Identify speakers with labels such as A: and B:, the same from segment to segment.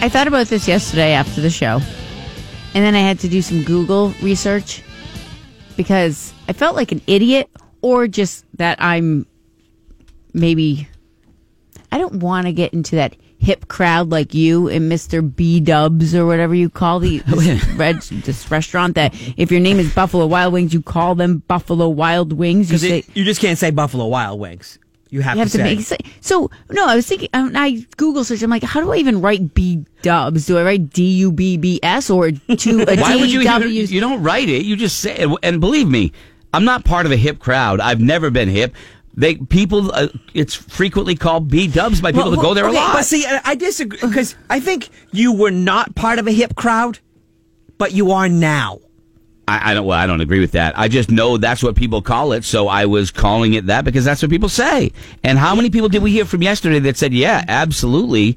A: I thought about this yesterday after the show, and then I had to do some Google research because I felt like an idiot, or just that I'm maybe I don't want to get into that hip crowd like you and Mister B Dubs or whatever you call the this, red, this restaurant. That if your name is Buffalo Wild Wings, you call them Buffalo Wild Wings. You
B: Because
A: say.
B: it- you just can't say Buffalo Wild Wings. You have
A: You have
B: to
A: to
B: say.
A: make say- so. No, I was thinking. um, I Google search. I'm like, how do I even write B Dubs? Do I write D U B B S or two? A
C: Why would you even,
A: DW?
C: you don't write it, you just say it. And believe me, I'm not part of a hip crowd. I've never been hip. They people uh, it's frequently called B dubs by people
B: Well,
C: that go there
B: okay,
C: a lot.
B: But see, I, I disagree because I think you were not part of a hip crowd, but you are now.
C: I, I don't. Well, I don't agree with that. I just know that's what people call it, so I was calling it that because that's what people say. And how many people did we hear from yesterday that said, "Yeah, absolutely,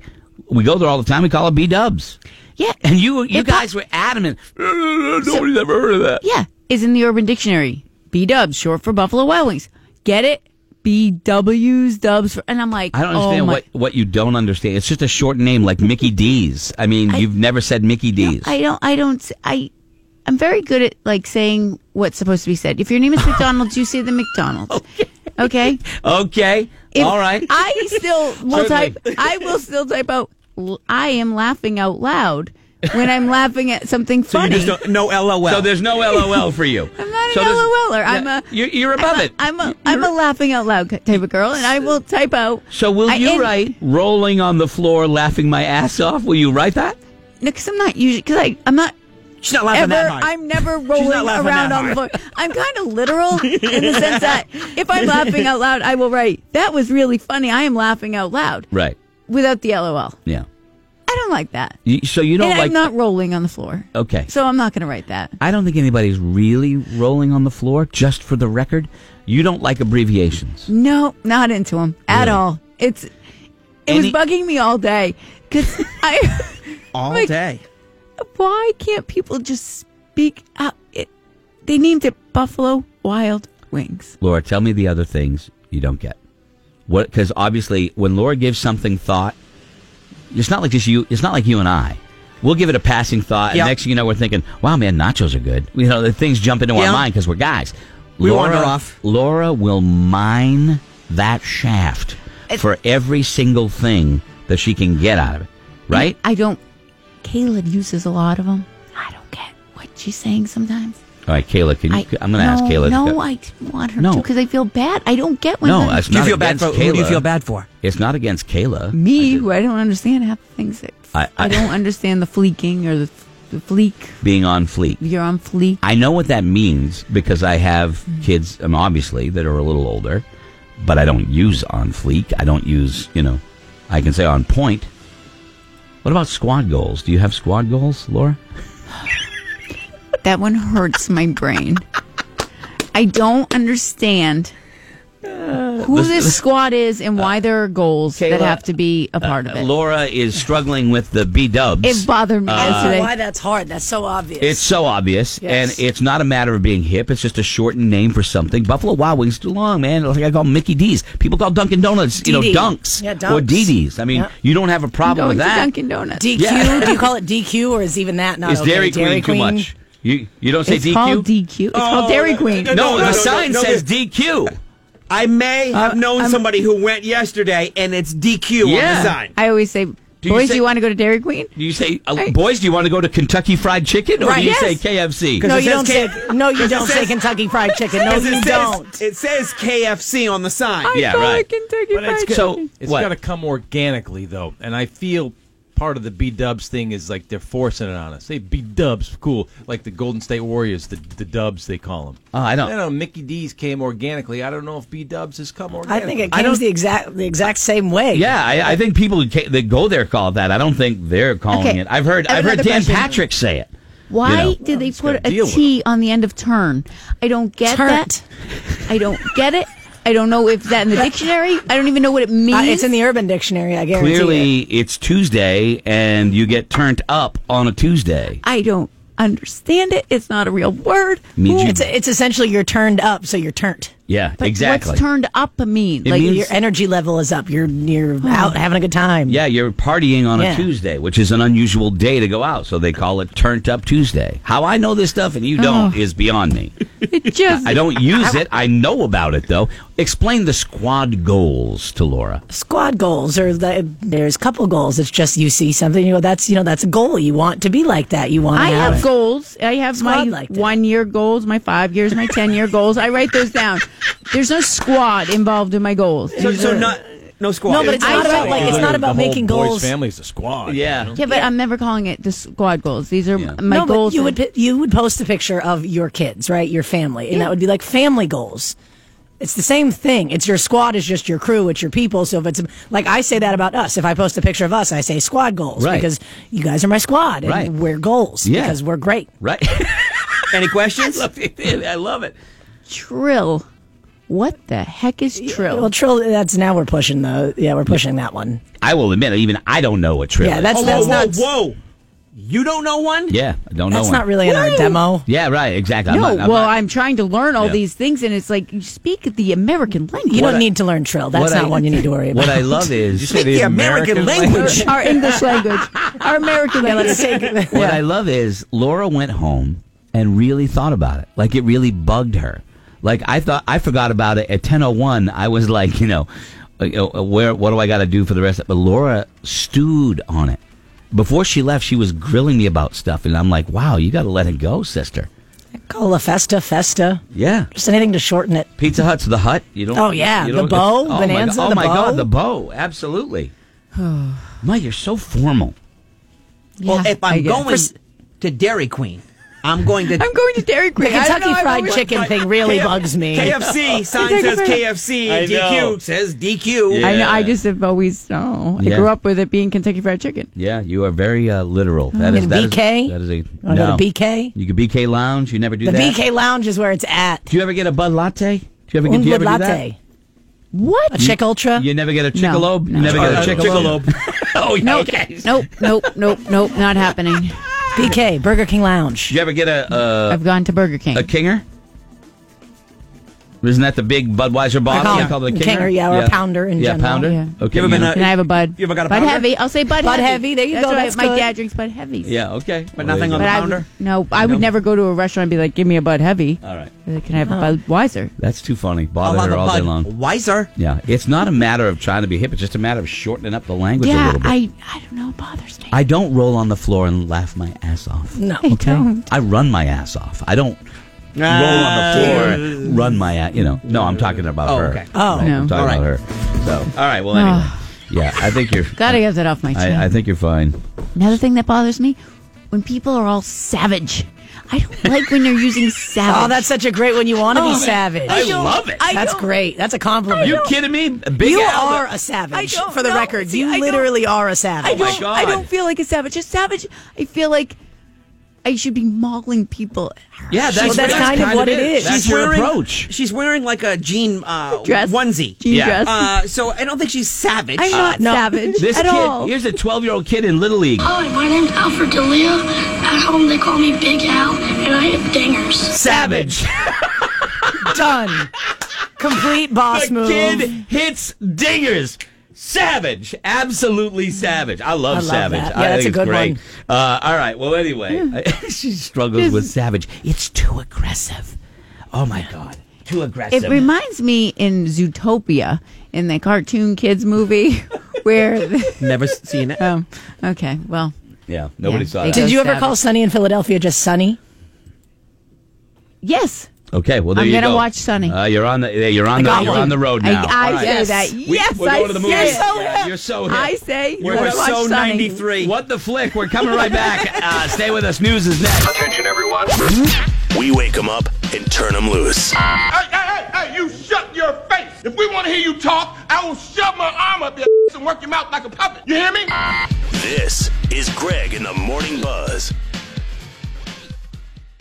C: we go there all the time. We call it B Dubs."
A: Yeah.
C: And you, you
A: It pop-
C: guys were adamant. "Uh, Nobody's ever heard of that.
A: Yeah, is in the Urban Dictionary. B Dubs, short for Buffalo Wild Wings. Get it? B W's Dubs. For, and I'm like,
C: I don't understand
A: oh my-
C: what, what you don't understand. It's just a short name like Mickey D's. I mean, you've never said Mickey D's.
A: I don't. I don't. I. I'm very good at like saying what's supposed to be said. If your name is McDonald's, you say the McDonald's. Okay.
C: okay.
A: If-
C: all right.
A: I still will
C: Certainly.
A: type. I will still type out. "L- I am laughing out loud when I'm laughing at something
B: So
A: funny.
B: you just don't, no LOL.
C: so there's no LOL for you.
A: I'm not
C: So
A: an
C: there's-
A: LOLer. I'm
C: Yeah,
A: a.
C: You're, you're above
A: I'm a-
C: it.
A: I'm a. I'm a laughing out loud type of girl, and I will type out.
C: So will
A: I-
C: you
A: and-
C: write rolling on the floor laughing my ass off? Will you write that?
A: No, because I'm not usually. Because I. I'm not.
B: she's not laughing
A: Ever,
B: that hard.
A: I'm never rolling
B: laughing
A: around
B: that
A: on the floor.
B: hard.
A: I'm kind of literal in the sense that if I'm laughing out loud, I will write, That was really funny. I am laughing out loud
C: Right.
A: without the LOL.
C: Yeah.
A: I don't like that.
C: You, so you don't
A: and
C: like Oh.
A: I'm not rolling on the floor.
C: Okay.
A: So I'm not going to write that.
C: I don't think anybody's really rolling on the floor just for the record. You don't like abbreviations.
A: No, not into them at
C: Really?
A: all. It's it
C: Any-
A: was bugging me all day because I
B: all
A: like-
B: day.
A: why can't people just speak out? It, they named it Buffalo Wild Wings.
C: Laura, tell me the other things you don't get. What cuz obviously when Laura gives something thought, it's not like just you it's not like you and I. We'll give it a passing thought
B: Yeah.
C: and next thing you know we're thinking, "Wow, man, nachos are good." You know, the things jump into
B: Yeah.
C: our mind cuz we're guys.
B: We wander off.
C: Laura will mine that shaft for every single thing that she can get out of it. Right?
A: I don't. Caleb uses a lot of them. I don't get what she's saying sometimes.
B: Mm.
C: All right, Kayla, can you?
A: I,
C: I'm going to ask
A: no,
C: Kayla.
A: No, I want her
C: No.
A: to because I feel bad. I don't get when.
C: no,
A: the-
C: it's
B: Do you
C: not
B: feel bad for?
C: against
B: Who do you
C: Kayla.
B: feel bad Mm. for?
C: It's not against Kayla.
A: me
C: I
A: who
C: just-
A: I don't understand half the things that
C: I-
A: I,
C: I-
A: don't understand the fleeking or the, the fleek.
C: being on fleek.
A: You're on fleek.
C: I know what that means because I have kids, um, obviously, that are a little older, but I don't use on fleek. I don't use, you know, I can say on point. What about squad goals? Do you have squad goals, Laura?
A: That one hurts my brain. I don't understand who this, squad is and why there are goals that
C: Kayla, uh,
A: have to be a part of it.
C: Laura is struggling with the B dubs.
A: it bothered
C: uh,
A: me
D: I don't know Uh, why
A: yesterday.
D: that's hard. That's so obvious.
C: It's so obvious,
D: Yes.
C: and it's not a matter of being hip. It's just a shortened name for something. Buffalo Wild Wings is too long, man. Like I call Mickey D's. People call Dunkin' Donuts, you know,
D: DD.
C: dunks
D: Yeah,
C: or
D: dunks.
C: DD's. I mean,
D: Yeah.
C: you don't have a problem
A: Going
C: with
A: to
C: that.
A: Dunkin' Donuts.
D: DQ.
C: Yeah.
D: Do you call it DQ or is even that not
C: Is
D: okay?
C: Dairy, Queen, too much? You you don't say Oh,
A: it's
C: DQ.
A: called DQ. It's called Dairy Queen.
C: no,
B: No,
C: the
B: no, no,
C: sign
B: no, no,
C: says
B: no.
C: DQ.
B: I may have known
A: I'm-
B: somebody who went yesterday, and it's DQ
C: Yeah.
B: on the sign.
A: I always say,
C: you
A: boys,
C: say-
A: do you want to go to Dairy Queen?
C: Do you say, uh,
A: I-
C: boys? Do you want to go to Kentucky Fried Chicken, or
D: Right.
C: do you
D: Yes.
C: say KFC?
D: No,
B: It
D: you
B: says
D: don't
B: K-
D: say. No, you don't say
B: says-
D: Kentucky Fried Chicken. No,
B: Because it
D: you
B: says-
D: don't.
B: It says KFC on the sign.
A: I
C: Yeah,
A: call
C: right.
A: it Kentucky
E: But it's
A: Fried
E: good.
C: So
E: It's
C: what?
E: got to come organically, though. And I feel part of the B Dubs thing is like they're forcing it on us. Hey, B Dubs, cool. Like the Golden State Warriors, the, the Dubs, they call them.
C: Oh, I don't-
E: know. Mickey D's came organically. I don't know if B Dubs has come
D: I
E: organically.
D: think it
C: I
D: comes
C: don't-
D: the exact the exact same way.
C: Yeah, I, I think people who ca- that go there call it that. I don't think they're calling
A: Okay,
C: it. I've heard
A: I have
C: I've heard
A: another
C: Dan
A: question.
C: Patrick say it.
A: Why
C: You know.
A: did they
E: gotta
A: put a
E: deal with
A: T on the end of turn? I don't get
D: Turnt.
A: that. I don't get it. I don't know if that in the dictionary. I don't even know what it means.
D: Uh, it's in the Urban Dictionary. I guarantee. it.
C: Clearly, it's Tuesday, and you get turned up on a Tuesday.
A: I don't. understand it. It's not a real word.
C: Means you-
D: It's, it's essentially you're turned up, so you're turnt.
C: yeah,
A: But
C: exactly.
A: What's turned up mean?
C: It means- Hmm.
D: Your energy level is up. You're you're out having a good time.
C: yeah, you're partying on
D: Yeah.
C: a Tuesday, which is an unusual day to go out, so they call it Turned Up Tuesday. How I know this stuff and
D: Oh.
C: you don't is beyond me.
A: it just
C: I don't use it. I know about it though. Explain the squad goals to Laura.
D: Squad goals or the, there's couple goals. It's just you see something, you go, that's you know, that's a goal. You want to be like that. You want to
A: I
D: have,
A: have goals. I have
D: Squad
A: my
D: like that.
A: one year goals, my five years, my ten year goals. I write those down. There's no squad involved in my goals.
B: So, so not no squad.
D: No, but it's
A: I
D: not about
A: know.
D: like it's not about
E: the whole
D: making
E: boys'
D: goals.
E: Family is a squad.
C: Yeah.
A: yeah, but I'm never calling it the squad goals. These are
C: Yeah.
A: my
D: no,
A: goals.
D: but you would pi- you would post a picture of your kids, right? Your family, and that would be like family goals. It's the same thing. It's your squad is just your crew. It's your people. So if it's like I say that about us, if I post a picture of us, I say squad goals
C: Right.
D: because you guys are my squad and
C: Right.
D: we're goals
C: Yeah.
D: because we're great.
C: Right?
B: Any questions?
C: I love it.
A: Trill. What the heck is
D: Well,
A: Trill?
D: Trill, that's now we're pushing the yeah we're pushing that one.
C: I will admit, even I don't know what trill.
D: Yeah,
C: is.
D: that's
B: Oh,
D: that's
B: whoa,
D: not
B: whoa, whoa! You don't know one?
C: yeah. I don't know.
D: that's
C: one.
D: not really in our demo.
C: Yeah, right. Exactly.
A: No,
C: I'm not, I'm
A: well,
C: not-
A: I'm trying to learn all
C: Yeah.
A: these things, and it's like you speak the American language.
D: You
C: What
D: don't
C: I-
D: need to learn Trill. That's
C: what
D: not
C: I-
D: one you need to worry about.
C: What I love
E: You
C: is
E: say the,
B: The American language.
A: our English language, our American
D: Yeah,
A: language.
D: let's take it.
C: what I love is Laura went home and really thought about it. Like it really bugged her. Like I thought I forgot about it at 10:01. I was like, you know, uh, you know, uh, where what do I got to do for the rest of it? But Laura stewed on it. Before she left, she was grilling me about stuff and I'm like, "Wow, you got to let it go, sister."
D: Cola Festa, Festa.
C: Yeah.
D: Just anything to shorten it.
C: Pizza Hut's the hut. You don't.
D: Oh, yeah.
C: you
D: The
C: don't-
D: bow,
C: my
D: Bonanza,
C: God. Oh
D: the
C: my
D: bow.
C: god, the bow. Absolutely. Mike, you're so formal.
B: Well,
A: Yeah,
B: if
A: I
B: I'm
A: guess.
B: going to Dairy Queen, I'm going to
A: I'm going to Dairy
D: The
A: Queen. I don't
D: Kentucky
A: know, I've
D: Fried
A: always-
D: Chicken thing really bugs me.
B: KFC. Sign
A: Take a
B: says
A: photo.
B: KFC.
E: I know.
B: DQ says DQ.
A: I know. I
E: Yeah.
A: just have always. Oh, I
C: Yeah.
A: grew up with it being Kentucky Fried Chicken.
C: Yeah, you are very uh, literal. That is
D: And
C: that is-
D: BK?
C: that is a
D: Wanna go to BK?
C: You could BK lounge. You never do
D: The
C: that.
D: BK Lounge is where it's at.
C: Do you ever get a Bud Latte? Do you ever
D: Un
C: get do you
D: Bud
C: ever
D: Latte.
A: What?
D: A Chick Ultra.
C: Do that? You never get a chickalobe.
A: No.
C: You never
B: Uh,
C: get a chickalobe. oh, yeah,
A: Nope.
C: okay. Uh,
A: Nope. Nope. Nope. Nope. Not happening.
D: BK, Burger King Lounge.
C: Do you ever get a uh,
A: I've gone to Burger King.
C: a kinger? Isn't that the big Budweiser bottle?
D: call
C: You
D: it
C: call it a kinger,
D: Kinger, yeah, or a pounder in
C: yeah,
D: general.
C: pounder.
A: Yeah.
C: Okay,
B: You ever been
C: yeah.
B: a-
A: Can I have a Bud?
B: You ever got a
A: Bud
B: Pounder?
A: Heavy. I'll say Bud.
D: Bud
A: heavy.
D: Heavy, there you
A: That's
D: go,
A: Right.
D: that's
A: My
D: good.
A: dad drinks Bud Heavies.
C: yeah, okay,
B: But nothing on
A: But
B: the
A: I
B: pounder?
A: would, no, I would never go to a restaurant and be like, "Give me a Bud Heavy."
C: All right.
A: Be like, Can I have a
D: Oh.
A: Bud Weiser?
C: That's too funny.
B: I'll
C: Bother
B: have
C: her
B: a
C: all day
B: bud.
C: long.
B: Wiser.
C: Yeah, it's not a matter of trying to be hip. It's just a matter of shortening up the language a
A: Yeah,
C: little bit.
A: I I don't know. It bothers me.
C: I don't roll on the floor and laugh my ass off.
D: No.
A: I don't.
C: I run my ass off. I don't roll
B: Ah.
C: on the floor and run my ass. You know, no, I'm talking about
B: Oh,
C: her.
B: okay.
D: Oh.
C: Right, I'm
A: No.
C: talking
B: All
C: about
B: right.
C: her. So, all right. Well, anyway, yeah, I think you're.
A: Gotta get that off my chest.
C: I, I think you're fine.
A: Another thing that bothers me when people are all savage. I don't like when they're using savage.
D: Oh, that's such a great one. You want to be savage.
C: Oh, I love it.
A: I
D: that's
A: don't-
D: great. That's a compliment.
C: you kidding me? Big
D: You
C: Al-
D: are a
A: I
D: savage.
A: don't
D: For the
A: know.
D: record,
A: See,
D: you
A: I don't-
D: literally are a
A: I
D: savage.
C: Oh my
A: don't. I
C: God.
A: don't feel like a savage. A savage. I feel like I should be mauling people.
C: Yeah, that's,
D: Well, that's kind of what it is.
C: That's
D: She's
C: your
B: wearing,
C: approach.
B: She's wearing like a jean uh,
A: Dress.
B: onesie.
A: Jean
C: Yeah. uh,
A: dress.
B: Uh, so I don't think she's savage.
A: I'm not
D: no.
A: savage
C: This
A: at
C: kid,
A: all.
C: here's a 12 year old kid in Little League.
F: Hi, Oh, my name's Alfred DeLeo. At home, they call me Big Al, and I hit dingers.
C: Savage.
D: Done. Complete boss
C: the
D: move.
C: kid hits dingers. Savage, absolutely savage. I love,
D: I love
C: savage.
D: that.
C: I
D: Yeah, that's
C: think
D: a
C: it's
D: good
C: great.
D: one.
C: Uh, all right. Well, anyway, she struggles with savage. It's too aggressive. Oh my god, too aggressive.
A: It reminds me in Zootopia, in the cartoon kids movie, where. The,
B: Never s- seen it.
A: oh, okay. Well,
C: yeah, nobody
A: Yeah.
C: saw
A: They
C: that.
D: Did you ever
A: Savage.
D: call Sunny in Philadelphia just Sunny?
A: yes,
C: Okay, well there
A: I'm
C: you
A: gonna
C: go.
A: watch Sunny.
C: Uh, you're on the you're on the
D: got
C: you're
D: one.
C: on the road
A: I,
C: Oh, now.
A: I
C: All right.
A: say that.
C: We,
A: yes,
C: we're
A: I
C: going to the
A: say
C: movies.
A: it.
C: Yeah, you're so hip.
A: I say
C: We're
A: let's
B: We're
A: watch
B: so
A: Sunny.
B: 93.
C: What the flick? We're coming right back. Uh, stay with us. News is next.
G: Attention, everyone. We wake them up and turn them loose.
H: Hey, hey, hey, hey, you shut your face. If we want to hear you talk, I will shove my arm up your and work your mouth like a puppet. You hear me?
G: This is Greg in the Morning Buzz.